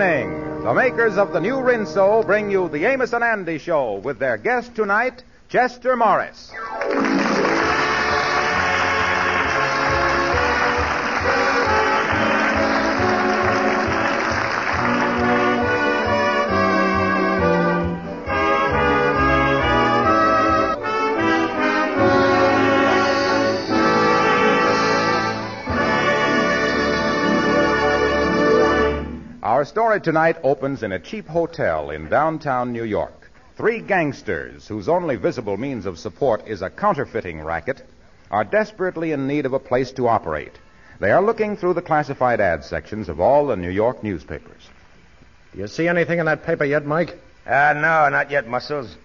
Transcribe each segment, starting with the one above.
The makers of the new Rinso bring you the Amos and Andy Show with their guest tonight, Chester Morris. Our story tonight opens in a cheap hotel in downtown New York. Three gangsters, whose only visible means of support is a counterfeiting racket, are desperately in need of a place to operate. They are looking through the classified ad sections of all the New York newspapers. Do you see anything in that paper yet, Mike? Uh, no, not yet, Muscles.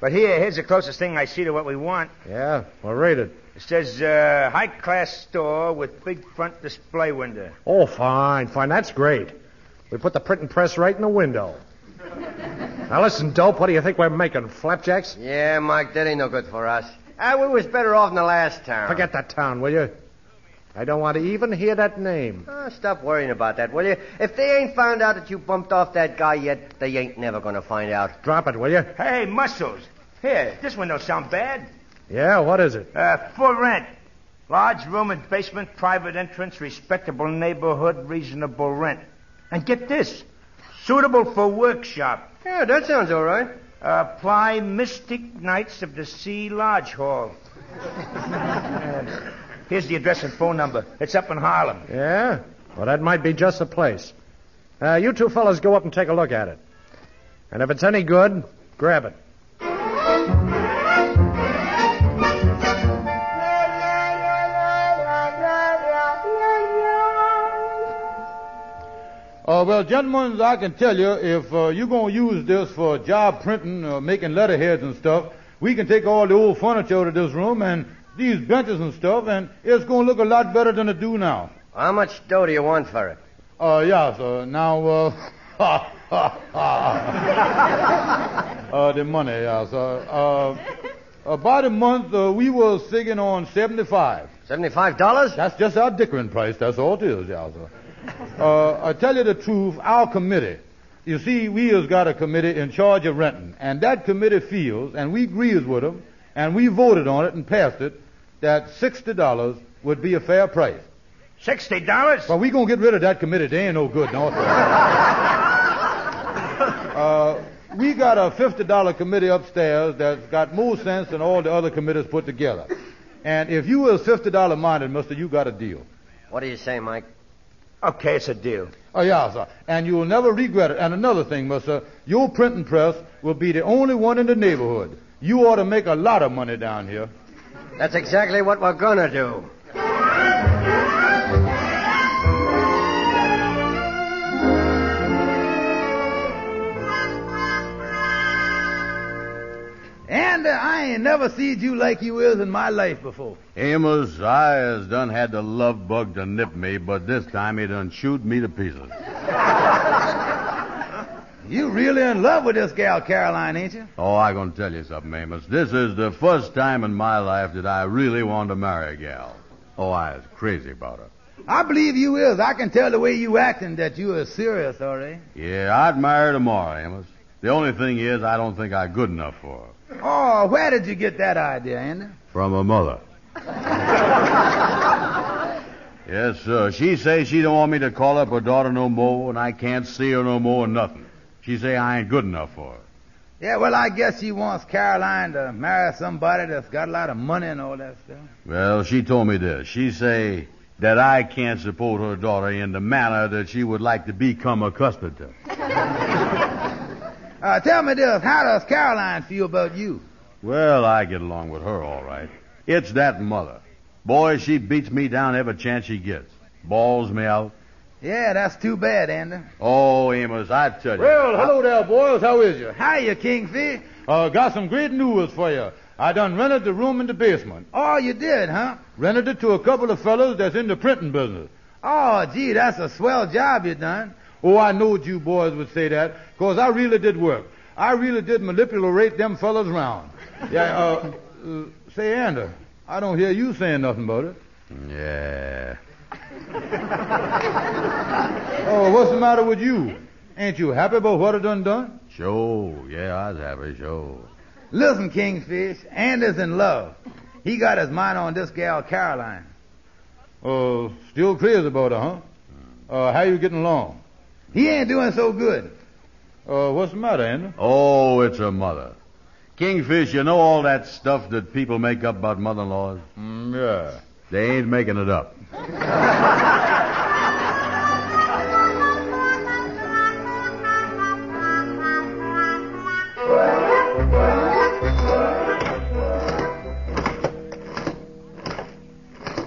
But here, here's the closest thing I see to what we want. Yeah, well, read it. It says, uh, high class store with big front display window. Oh, fine, fine. That's great. We put the print and press right in the window. now, listen, dope, what do you think we're making? Flapjacks? Yeah, Mike, that ain't no good for us. Ah, we was better off in the last town. Forget that town, will you? I don't want to even hear that name. Ah, stop worrying about that, will you? If they ain't found out that you bumped off that guy yet, they ain't never gonna find out. Drop it, will you? Hey, Muscles. Here, this one don't sound bad. Yeah, what is it? Uh, for rent. Large room and basement, private entrance, respectable neighborhood, reasonable rent. And get this. Suitable for workshop. Yeah, that sounds all right. Apply Mystic Knights of the Sea Lodge Hall. Uh, here's the address and phone number. It's up in Harlem. Yeah? Well, that might be just the place. Uh, you two fellas go up and take a look at it. And if it's any good, grab it. Uh, well, gentlemen, I can tell you, if uh, you're going to use this for job printing or making letterheads and stuff, we can take all the old furniture out of this room and these benches and stuff, and it's going to look a lot better than it do now. How much dough do you want for it? Uh, yeah, sir. Now, uh, uh, the money, yeah, sir. Uh, about a month, uh, we was sitting on 75. Seventy-five dollars? That's just our dickering price. That's all it is, yeah, sir. Uh, I tell you the truth, our committee, you see, we has got a committee in charge of renting, and that committee feels, and we agrees with them, and we voted on it and passed it, that $60 would be a fair price. Sixty dollars? Well, we gonna get rid of that committee. They ain't no good, no. uh, we got a fifty dollar committee upstairs that's got more sense than all the other committees put together. And if you was fifty dollar minded, Mister, you got a deal. What do you say, Mike? Okay, it's a deal. Oh yeah, sir. And you'll never regret it. And another thing, Mister, your printing press will be the only one in the neighborhood. You ought to make a lot of money down here. That's exactly what we're gonna do. Andy, uh, I ain't never seed you like you is in my life before. Amos, I has done had the love bug to nip me, but this time he done shoot me to pieces. You really in love with this gal Caroline, ain't you? Oh, I gonna tell you something, Amos. This is the first time in my life that I really wanted to marry a gal. Oh, I is crazy about her. I believe you is. I can tell the way you acting that you is serious, all right. Yeah, I'd marry her tomorrow, Amos. The only thing is, I don't think I'm good enough for her. Oh, where did you get that idea, Andy? From her mother. yes, sir. She say she don't want me to call up her daughter no more, and I can't see her no more, and nothing. She say I ain't good enough for her. Yeah, well, I guess she wants Caroline to marry somebody that's got a lot of money and all that stuff. Well, she told me this. She say that I can't support her daughter in the manner that she would like to become accustomed to. Uh, tell me this, how does Caroline feel about you? Well, I get along with her all right. It's that mother. Boy, she beats me down every chance she gets. Balls me out. Yeah, that's too bad, Andy. Oh, Amos, I tell you. Well, hello there, boys. How is you? Hiya, Kingfish. Uh, got some great news for you. I done rented the room in the basement. Oh, you did, huh? Rented it to a couple of fellas that's in the printing business. Oh, gee, that's a swell job you done. Oh, I knowed you boys would say that, 'cause I really did work. I really did manipulate them fellas round. Yeah, uh, uh, say, Andy, I don't hear you saying nothing about it. Yeah. Oh, what's the Oh, matter with you? Ain't you happy about what I done done? Sure, yeah, I was happy, sure. Listen, Kingfish, Anders in love. He got his mind on this gal Caroline. Uh, still crazy about her, huh? Uh, how you getting along? He ain't doing so good. Uh, what's the matter, Andrew? Oh, it's her mother. Kingfish, you know all that stuff that people make up about mother-in-laws? Mm, yeah. They ain't making it up.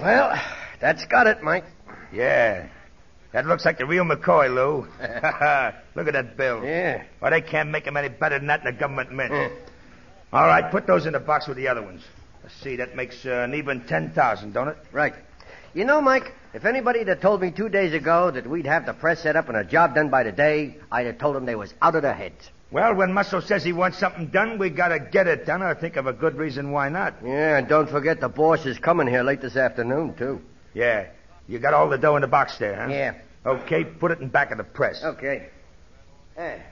Well, that's got it, Mike. Yeah. That looks like the real McCoy, Lou. Look at that bill. Yeah. Well, they can't make 'em any better than that in the government mint. All right, put those in the box with the other ones. Let's see, that makes uh, an even 10,000, don't it? Right. You know, Mike, if anybody had told me two days ago that we'd have the press set up and a job done by today, I'd have told them they was out of their heads. Well, when Muscle says he wants something done, we gotta get it done or think of a good reason why not. Yeah, and don't forget the boss is coming here late this afternoon, too. Yeah. You got all the dough in the box there, huh? Yeah. Okay, put it in back of the press. Okay. Hey,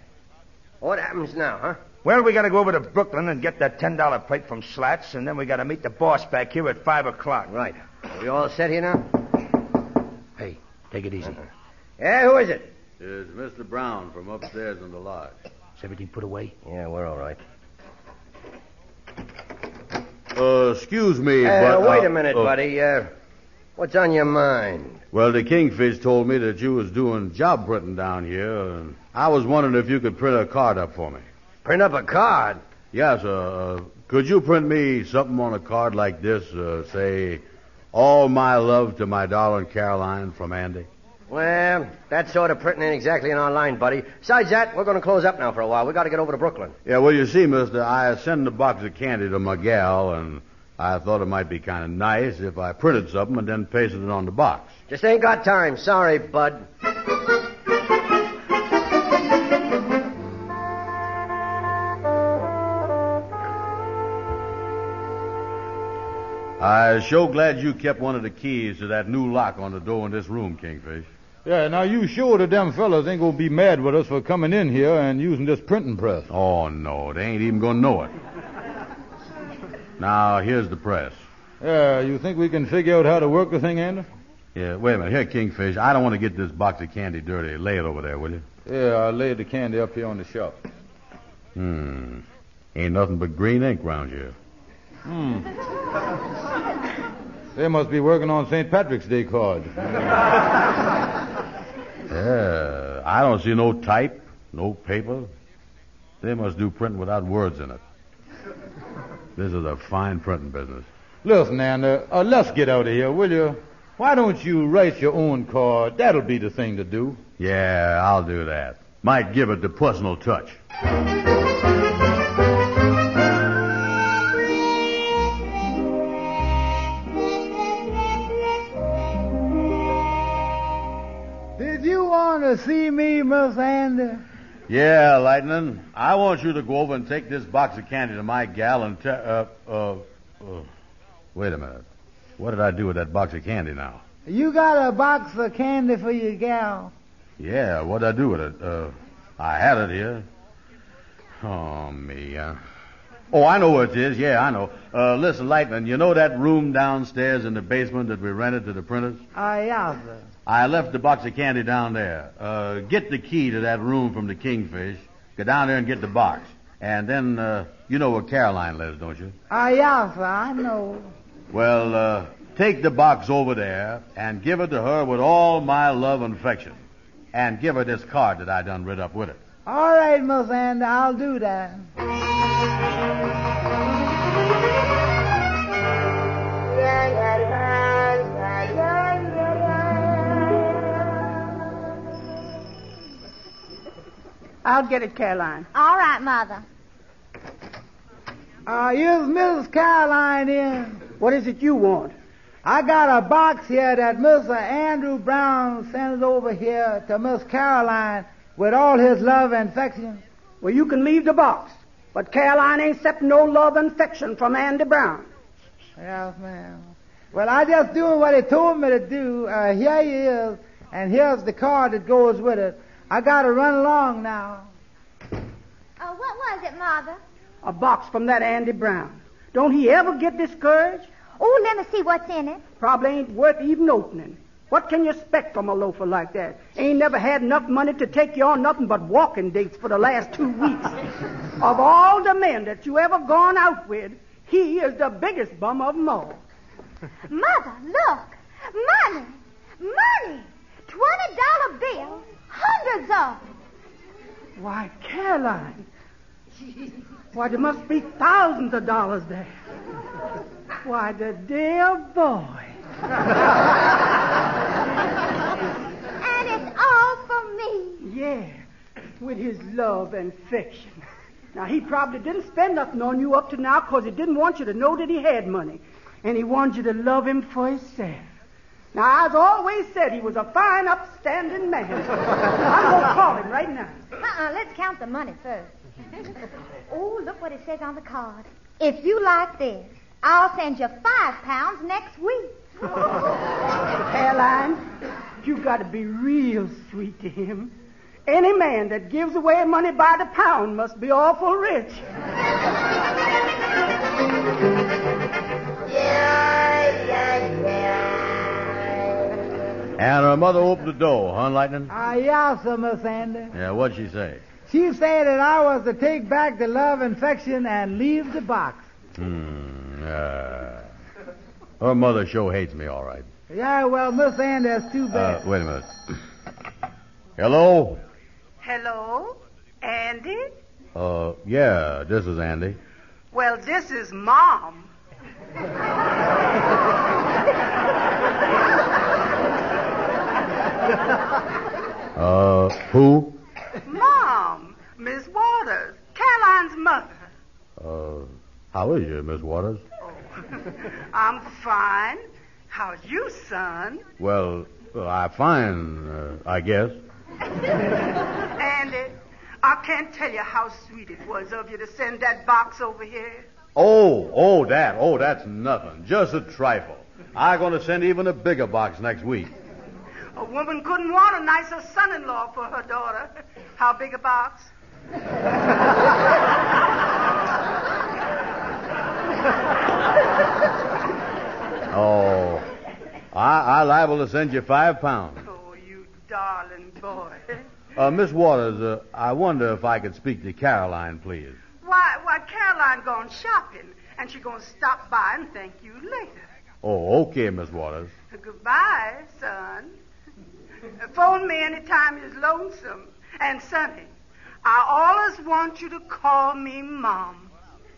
what happens now, huh? Well, we gotta go over to Brooklyn and get that $10 plate from Slats, and then we gotta meet the boss back here at 5 o'clock. Right. Are we all set here now? Uh-huh. Hey, take it easy. Yeah, who is it? It's Mr. Brown from upstairs in the lodge. Is everything put away? Yeah, we're all right. Uh, excuse me, Uh, but... wait uh, a oh. minute, uh, buddy. Uh, what's on your mind? Well, the Kingfish told me that you was doing job printing down here, and I was wondering if you could print a card up for me. Print up a card. Yes, uh, uh, could you print me something on a card like this? Uh, say, all my love to my darling Caroline from Andy. Well, that sort of printing ain't exactly in our line, buddy. Besides that, we're going to close up now for a while. We got to get over to Brooklyn. Yeah, well, you see, mister, I sent a box of candy to my gal, and I thought it might be kind of nice if I printed something and then pasted it on the box. Just ain't got time. Sorry, bud. I'm sure glad you kept one of the keys to that new lock on the door in this room, Kingfish. Yeah, now you sure the damn fellas ain't gonna be mad with us for coming in here and using this printing press. Oh, no, they ain't even going to know it. now, here's the press. Yeah, you think we can figure out how to work the thing, Andrew? Yeah, wait a minute. Here, Kingfish, I don't want to get this box of candy dirty. Lay it over there, will you? Yeah, I laid the candy up here on the shelf. Hmm. Ain't nothing but green ink round here. Hmm. They must be working on St. Patrick's Day card. Yeah, I don't see no type, no paper. They must do printing without words in it. This is a fine printing business. Listen, Anna, uh, let's get out of here, will you? Why don't you write your own card? That'll be the thing to do. Yeah, I'll do that. Might give it the personal touch. Did you want to see me, Miss Anders? Yeah, Lightning. I want you to go over and take this box of candy to my gal and tell. Uh, uh, uh, wait a minute. What did I do with that box of candy now? You got a box of candy for your gal. Yeah, what did I do with it? Uh, I had it here. Oh, me. Uh... Oh, I know where it is. Yeah, I know. Uh, listen, Lightning, you know that room downstairs in the basement that we rented to the printers? I yeah, sir. I left the box of candy down there. Uh, get the key to that room from the Kingfish. Go down there and get the box. And then, uh, you know where Caroline lives, don't you? I yeah, sir. I know. Well, uh, take the box over there and give it to her with all my love and affection. And give her this card that I done rid up with it. All right, Miss Anders, I'll do that. I'll get it, Caroline. All right, Mother. Uh, here's Miss Caroline in. What is it you want? I got a box here that Mr. Andrew Brown sent it over here to Miss Caroline with all his love and affection. Well, you can leave the box, but Caroline ain't accepting no love and affection from Andy Brown. Yes, ma'am. Well, I just doing what he told me to do. Uh, here he is, and here's the card that goes with it. I gotta run along now. Oh, what was it, Mother? A box from that Andy Brown. Don't he ever get discouraged? Oh, let me see what's in it. Probably ain't worth even opening. What can you expect from a loafer like that? Ain't never had enough money to take you on nothing but walking dates for the last two weeks. of all the men that you ever gone out with, he is the biggest bum of 'em all. Mother, look. Money. Money. Twenty dollar bills. Hundreds of them. Why, Caroline. Why, there must be thousands of dollars there. Why, the dear boy. And it's all for me. Yeah, with his love and affection. Now, he probably didn't spend nothing on you up to now 'cause he didn't want you to know that he had money. And he wanted you to love him for himself. Now, I've always said he was a fine, upstanding man. I'm going to call him right now. Uh-uh, let's count the money first. oh, look what it says on the card. If you like this, I'll send you five pounds next week. Caroline, you got to be real sweet to him. Any man that gives away money by the pound must be awful rich. And her mother opened the door, huh, Lightning? Ah, yeah, sir, Miss Andy. Yeah, what'd she say? She said that I was to take back the love and affection and leave the box. Hmm. Uh, her mother sure hates me, all right. Yeah, well, Miss Andy, that's too Uh, bad. wait a minute. Hello? Hello, Andy? Uh, yeah, this is Andy. Well, this is Mom. Uh, who? Mom, Miss Waters, Caroline's mother. Uh, how is you, Miss Waters? I'm fine. How's you, son? Well, well I fine, uh, I guess. Andy, I can't tell you how sweet it was of you to send that box over here. Oh, oh, that, oh, that's nothing. Just a trifle. I'm going to send even a bigger box next week. A woman couldn't want a nicer son-in-law for her daughter. How big a box? Oh, I, I liable to send you five pounds. Oh, you darling boy. Uh, Miss Waters, uh, I wonder if I could speak to Caroline, please. Why, why, Caroline gone shopping, and she gonna stop by and thank you later. Oh, okay, Miss Waters. Goodbye, son. Phone me anytime you're lonesome and sunny. I always want you to call me Mom.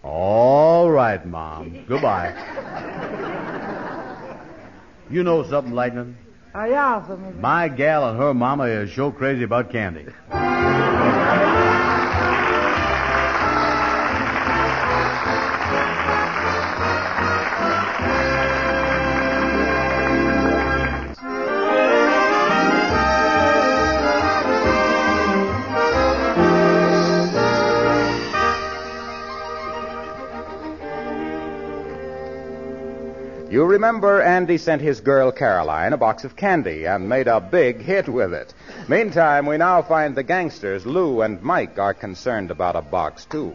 All right, Mom. Goodbye. you know something, Lightning? Ah, yeah, sir, Miss My gal and her mama is so crazy about candy. You remember Andy sent his girl Caroline a box of candy and made a big hit with it. Meantime, we now find the gangsters, Lou and Mike, are concerned about a box, too.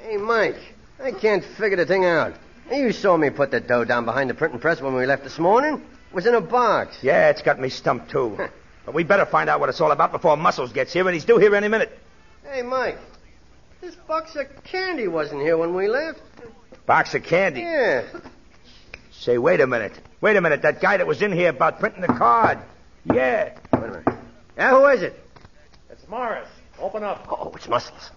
Hey, Mike, I can't figure the thing out. You saw me put the dough down behind the printing press when we left this morning. It was in a box. Yeah, it's got me stumped, too. but we better find out what it's all about before Muscles gets here, and he's due here any minute. Hey, Mike, this box of candy wasn't here when we left. Box of candy. Yeah. Say, wait a minute. Wait a minute. That guy that was in here about printing the card. Yeah. Wait a minute. Yeah, who is it? It's Morris. Open up. Oh, it's Muscles.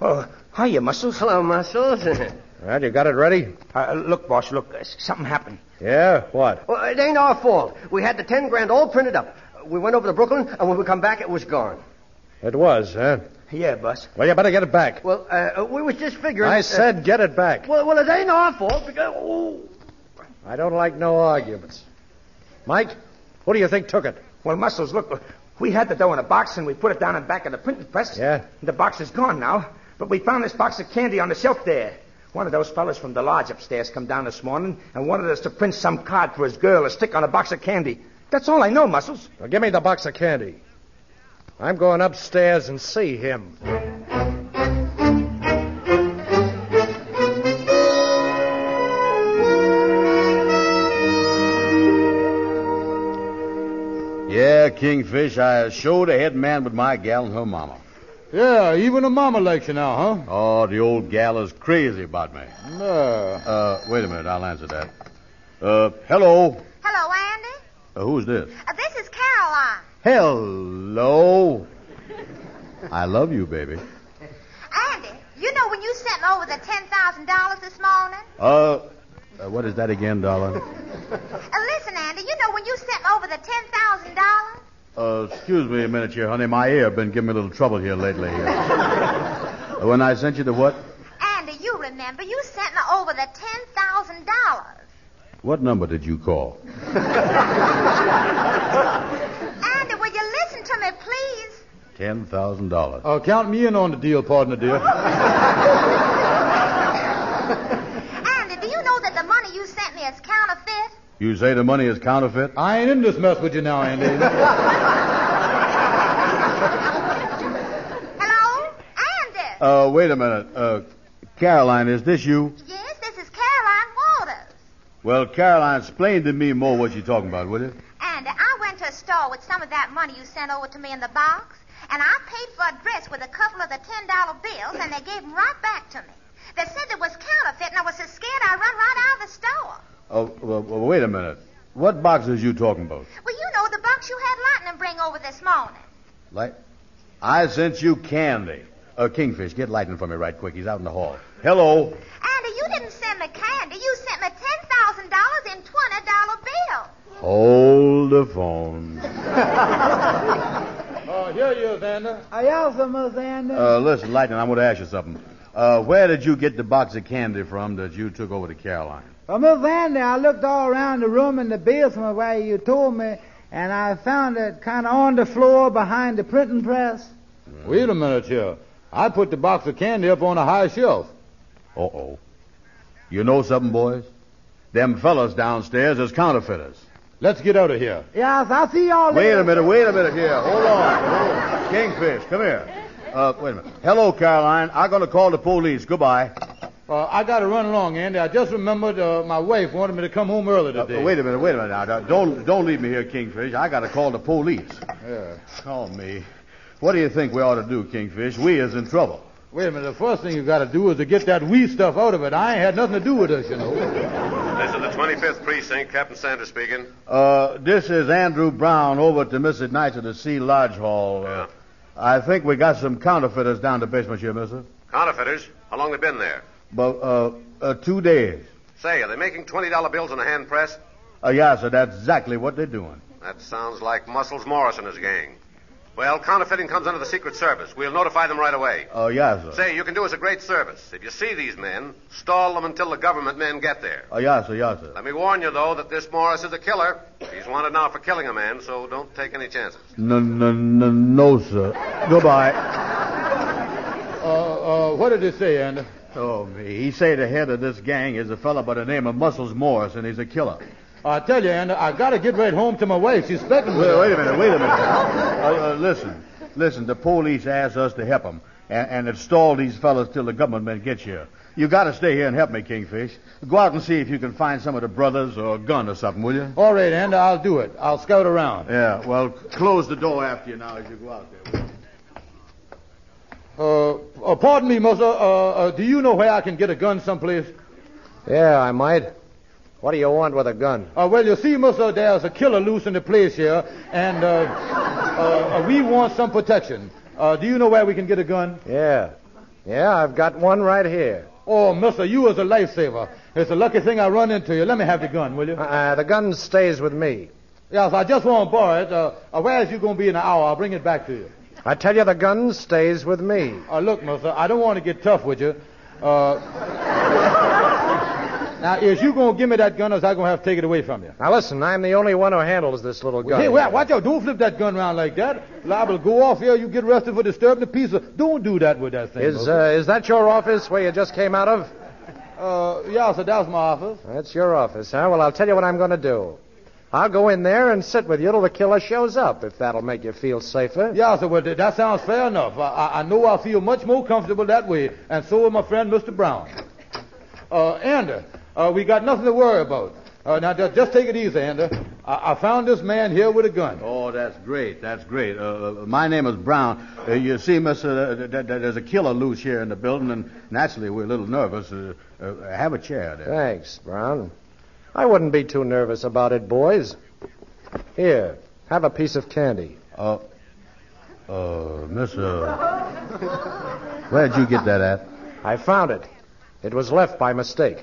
Oh, hiya, Muscles. Hello, Muscles. All right, you got it ready? Uh, look, boss, look. Uh, something happened. Yeah, what? well, it ain't our fault. We had the ten grand all printed up. We went over to Brooklyn, and when we come back, it was gone. It was, huh? Yeah, boss. Well, you better get it back. Well, uh, we was just figuring. I uh, said get it back. well, well, it ain't our fault because. Oh. I don't like no arguments. Mike, who do you think took it? Well, Muscles, look. We had the dough in a box, and we put it down and back in the printing press. Yeah. The box is gone now, but we found this box of candy on the shelf there. One of those fellas from the lodge upstairs come down this morning and wanted us to print some card for his girl to stick on a box of candy. That's all I know, Muscles. Now give me the box of candy. I'm going upstairs and see him. Yeah, Kingfish, I showed a head man with my gal and her mama. Yeah, even a mama likes you now, huh? Oh, the old gal is crazy about me. No. Uh, wait a minute, I'll answer that. Uh, hello. Hello, Andy. Uh, who's this? Uh, this is Caroline. Hello. I love you, baby. Andy, you know when you sent over the $10,000 this morning? Uh, uh, what is that again, darling? Uh, listen, Andy, you know when you sent over the $10,000? Uh, excuse me a minute here, honey. My ear been giving me a little trouble here lately. Uh, when I sent you the what? Andy, you remember, you sent me over the $10,000. What number did you call? Andy, will you listen to me, please? Ten thousand dollars. Uh, count me in on the deal, partner, dear. Andy, do you know that the money you sent me is counterfeit? You say the money is counterfeit? I ain't in this mess with you now, Andy. Hello? Andy? Uh, wait a minute. Uh, Caroline, is this you? yes, this is Caroline Waters. Well, Caroline, explain to me more what you're talking about, will you? Andy, I went to a store with some of that money you sent over to me in the box, and I paid for a dress with a couple of the $10 bills, and they gave them right back to me. They said it was counterfeit, and I was so scared I run right out of the store. Oh, well, well, wait a minute. What box is you talking about? Well, you know the box you had Lightning bring over this morning. Light? I sent you candy. Uh, Kingfish, get Lightning for me right quick. He's out in the hall. Hello. Andy, you didn't send me candy. You sent me $10,000 in $20 bills. Hold the phone. Uh, here you is, Andy. Are y'all some Ah, Miss Anderson? Uh, listen, Lightning, I'm going to ask you something. Uh, where did you get the box of candy from that you took over to Caroline? Well, Miss Andy, I looked all around the room in the basement where you told me, and I found it kind of on the floor behind the printing press. Wait a minute here. I put the box of candy up on a high shelf. Uh-oh. You know something, boys? Them fellas downstairs is counterfeiters. Let's get out of here. Yes, I see y'all Wait later. a minute, wait a minute here. Hold Uh, on. Hold on. Kingfish, come here. Uh, wait a minute. Hello, Caroline. I'm going to call the police. Goodbye. Uh, I got to run along, Andy. I just remembered uh, my wife wanted me to come home early Uh, today. wait a minute, wait a minute. Now, now, don't don't leave me here, Kingfish. I got to call the police. Yeah. Call me. What do you think we ought to do, Kingfish? We is in trouble. Wait a minute. The first thing you got to do is to get that wee stuff out of it. I ain't had nothing to do with this, you know. This is the 25th Precinct. Captain Sanders speaking. Uh, this is Andrew Brown over to Mrs. Knight at the Sea Lodge Hall. Uh, Yeah. I think we got some counterfeiters down the basement here, mister. Counterfeiters, how long they been there? But, uh, uh, two days. Say, are they making $20 bills in a hand press? Uh, yeah, sir, that's exactly what they're doing. That sounds like Muscles Morris and his gang. Well, counterfeiting comes under the Secret Service. We'll notify them right away. Oh, yeah, sir. Say, you can do us a great service. If you see these men, stall them until the government men get there. Oh, yeah, sir, yeah, sir. Let me warn you, though, that this Morris is a killer. He's wanted now for killing a man, so don't take any chances. No, no, no, no, sir. Goodbye. Uh, uh, what did it say, Andy? Oh, me. He say the head of this gang is a fellow by the name of Muscles Morris, and he's a killer. I tell you, Andy, I got to get right home to my wife. She's expecting me. Wait, wait a minute, wait a minute. Uh, uh, listen, listen, the police asked us to help them and, and have stalled these fellas till the government men get here. You gotta stay here and help me, Kingfish. Go out and see if you can find some of the brothers or a gun or something, will you? All right, Andy, I'll do it. I'll scout around. Yeah, well, close the door after you now as you go out there. Uh, uh, pardon me, Muster. Uh, uh, do you know where I can get a gun someplace? Yeah, I might. What do you want with a gun? Uh, well, you see, Muster, there's a killer loose in the place here, and uh, uh, uh, we want some protection. Uh, do you know where we can get a gun? Yeah. Yeah, I've got one right here. Oh, Mister, you is a lifesaver. It's a lucky thing I run into you. Let me have the gun, will you? Uh, the gun stays with me. Yes, I just want to borrow it. Uh, uh, where is you going to be in an hour? I'll bring it back to you. I tell you, the gun stays with me. Uh, look, Mister, I don't want to get tough with you. Uh, now, is you going to give me that gun, or is I going to have to take it away from you? Now listen, I'm the only one who handles this little gun. Hey, here. wa- watch out. Don't flip that gun around like that. Liable to go off here. You get arrested for disturbing the peace. Don't do that with that thing. Is Buster. uh, is that your office where you just came out of? Uh, yeah, so that's my office. That's your office, huh? Well, I'll tell you what I'm going to do. I'll go in there and sit with you till the killer shows up, if that'll make you feel safer. Yeah, sir, well, th- that sounds fair enough. I, I, I know I feel much more comfortable that way, and so will my friend Mr. Brown. Uh, Ander, uh, we got nothing to worry about. Uh, now, ju- just take it easy, Ander. I, I found this man here with a gun. Oh, that's great. That's great. Uh, my name is Brown. Uh, you see, Mister, uh, th- th- there's a killer loose here in the building, and naturally we're a little nervous. Uh, uh, have a chair there. Thanks, Brown. I wouldn't be too nervous about it, boys. Here, have a piece of candy. Uh, uh, Mister, uh, where'd you get that at? I found it. It was left by mistake.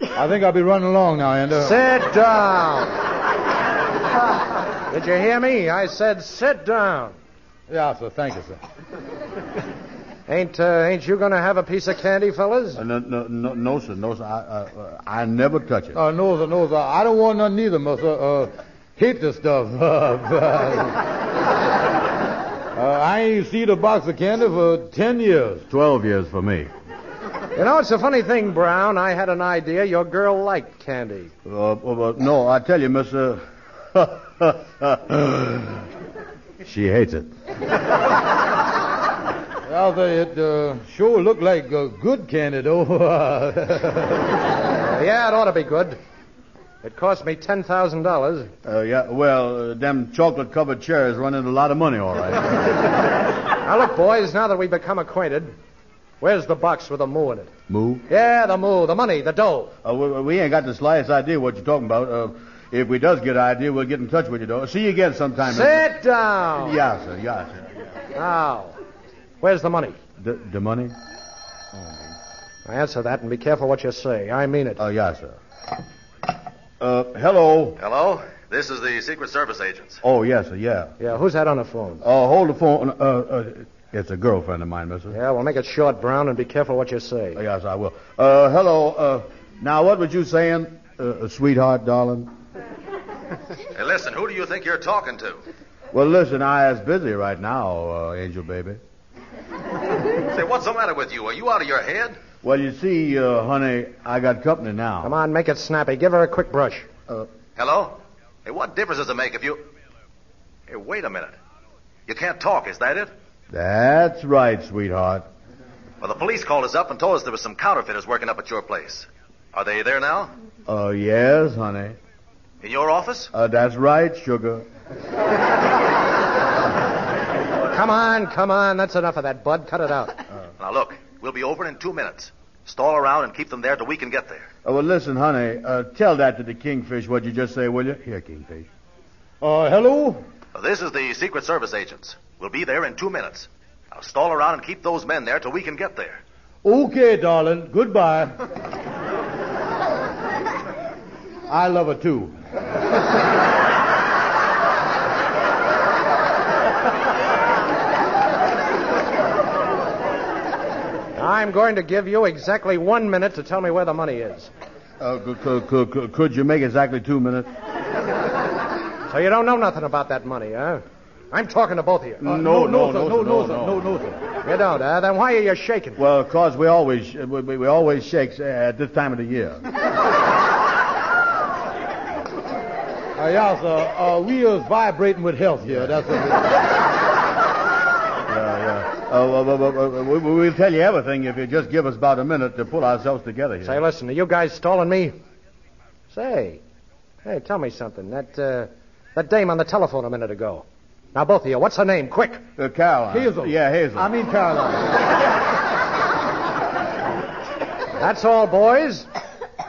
I think I'll be running along now, Ander. Sit down. Did you hear me? I said sit down. Yeah, sir, thank you, sir. Ain't uh, ain't you gonna have a piece of candy, fellas? Uh, no, no, no, no, sir, no, sir. I, uh, uh, I never touch it. Uh, no, sir, no, sir. I don't want none neither, mister. Uh, hate this stuff. uh, I ain't seen a box of candy for ten years. Twelve years for me. You know, it's a funny thing, Brown. I had an idea your girl liked candy. Uh, well, well, no, I tell you, Mister. she hates it. Yeah, sir, it uh, sure looked like uh, good candy, though. Uh, Yeah, it ought to be good. It cost me ten thousand dollars. Uh, yeah, well, uh, them chocolate covered chairs run into a lot of money, all right. Now look, boys. Now that we've become acquainted, where's the box with the moo in it? Move. Yeah, the moo, the money, the dough. Uh, we, we ain't got the slightest idea what you're talking about. Uh, if we does get an idea, we'll get in touch with you, though. See you again sometime. Sit down. Yeah, sir. Yeah, sir. Now, where's the money? The, the money? Answer that and be careful what you say. I mean it. Oh, yeah, sir. Uh, hello. Hello? This is the Secret Service agents. Oh, yes, sir. Yeah. yeah, who's that on the phone? Uh, hold the phone. Uh, uh, it's a girlfriend of mine, mister. Yeah, well, make it short, Brown, and be careful what you say. Oh, yes, I will. Uh, hello. Uh, now, what was you saying, uh, sweetheart, darling? Hey, listen, who do you think you're talking to? Well, listen, I is busy right now, uh, Angel baby. Say, what's the matter with you? Are you out of your head? Well, you see, uh, honey, I got company now. Come on, make it snappy. Give her a quick brush. Hello? Hey, what difference does it make if you. Hey, wait a minute. You can't talk, is that it? That's right, sweetheart. Well, the police called us up and told us there was some counterfeiters working up at your place. Are they there now? Uh, yes, honey. In your office? Uh, that's right, sugar. Come on, come on. That's enough of that, bud. Cut it out. Now, look, we'll be over in two minutes. Stall around and keep them there till we can get there. Uh, well, listen, honey, uh, tell that to the kingfish what you just say, will you? Here, kingfish. uh, hello? This is the Secret Service agents. We'll be there in two minutes. Now, stall around and keep those men there till we can get there. Okay, darling. Goodbye. I love her too. I'm going to give you exactly one minute to tell me where the money is. Uh, could, could, could, could, could you make exactly two minutes? So you don't know nothing about that money, huh? I'm talking to both of you. Uh, no, no, sir, no, no, no, sir, no, no, sir. You don't, huh? Then why are you shaking? Well, of course, we always we, we we always shakes uh, at this time of the year. Uh, yeah, sir. Uh, we is vibrating with health here. That's what it is. Uh, well, well, well, well, we, we'll tell you everything if you just give us about a minute to pull ourselves together here. Say, listen, are you guys stalling me? Say, hey, tell me something. That, uh, that dame on the telephone a minute ago. Now, both of you, what's her name? Quick. Uh, Caroline. Hazel. Yeah, Hazel. I mean, Caroline. That's all, boys.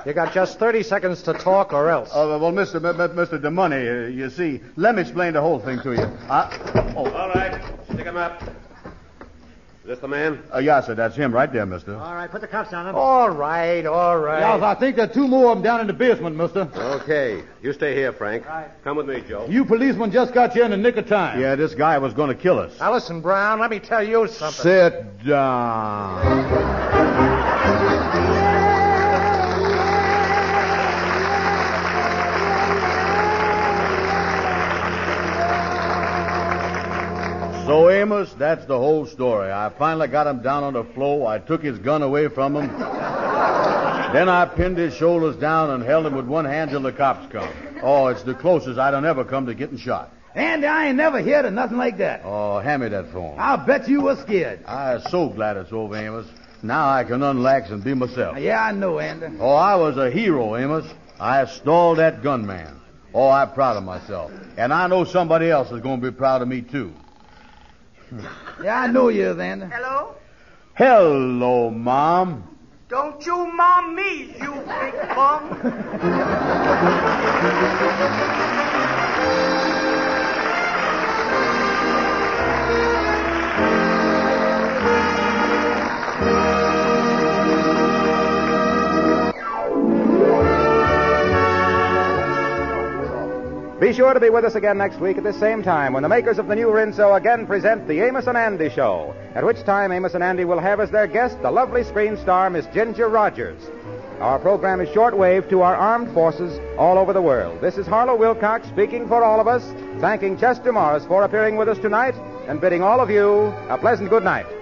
You got just 30 seconds to talk or else. Uh, well, Mr. M- M- Mr. DeMoney, uh, you see, let me explain the whole thing to you. I, oh, All right, stick him up. Is this the man? uh, yeah, sir, that's him right there, mister. All right, put the cuffs on him. All right, all Yeah, sir, right. I think there are two more of them down in the basement, mister. Okay. You stay here, Frank. Come with me, Joe. You policemen just got you in the nick of time. yeah, this guy was going to kill us. Now, listen, Brown, let me tell you something. Sit down. So, Amos, that's the whole story. I finally got him down on the floor. I took his gun away from him. then I pinned his shoulders down and held him with one hand till the cops come. Oh, it's the closest I done ever come to getting shot. Andy, I ain't never heard of nothing like that. Oh, hand me that phone. I'll bet you were scared. I'm so glad it's over, Amos. Now I can unlax and be myself. Yeah, I know, Andy. Oh, I was a hero, Amos. I stalled that gunman. Oh, I'm proud of myself. And I know somebody else is going to be proud of me, too. Yeah, I know you, is, Andy. Hello? Hello, Mom. Don't you mom me, you big bum. Be sure to be with us again next week at this same time when the makers of the new Rinso again present the Amos and Andy Show, at which time Amos and Andy will have as their guest the lovely screen star Miss Ginger Rogers. Our program is shortwave to our armed forces all over the world. This is Harlow Wilcox speaking for all of us, thanking Chester Morris for appearing with us tonight and bidding all of you a pleasant good night.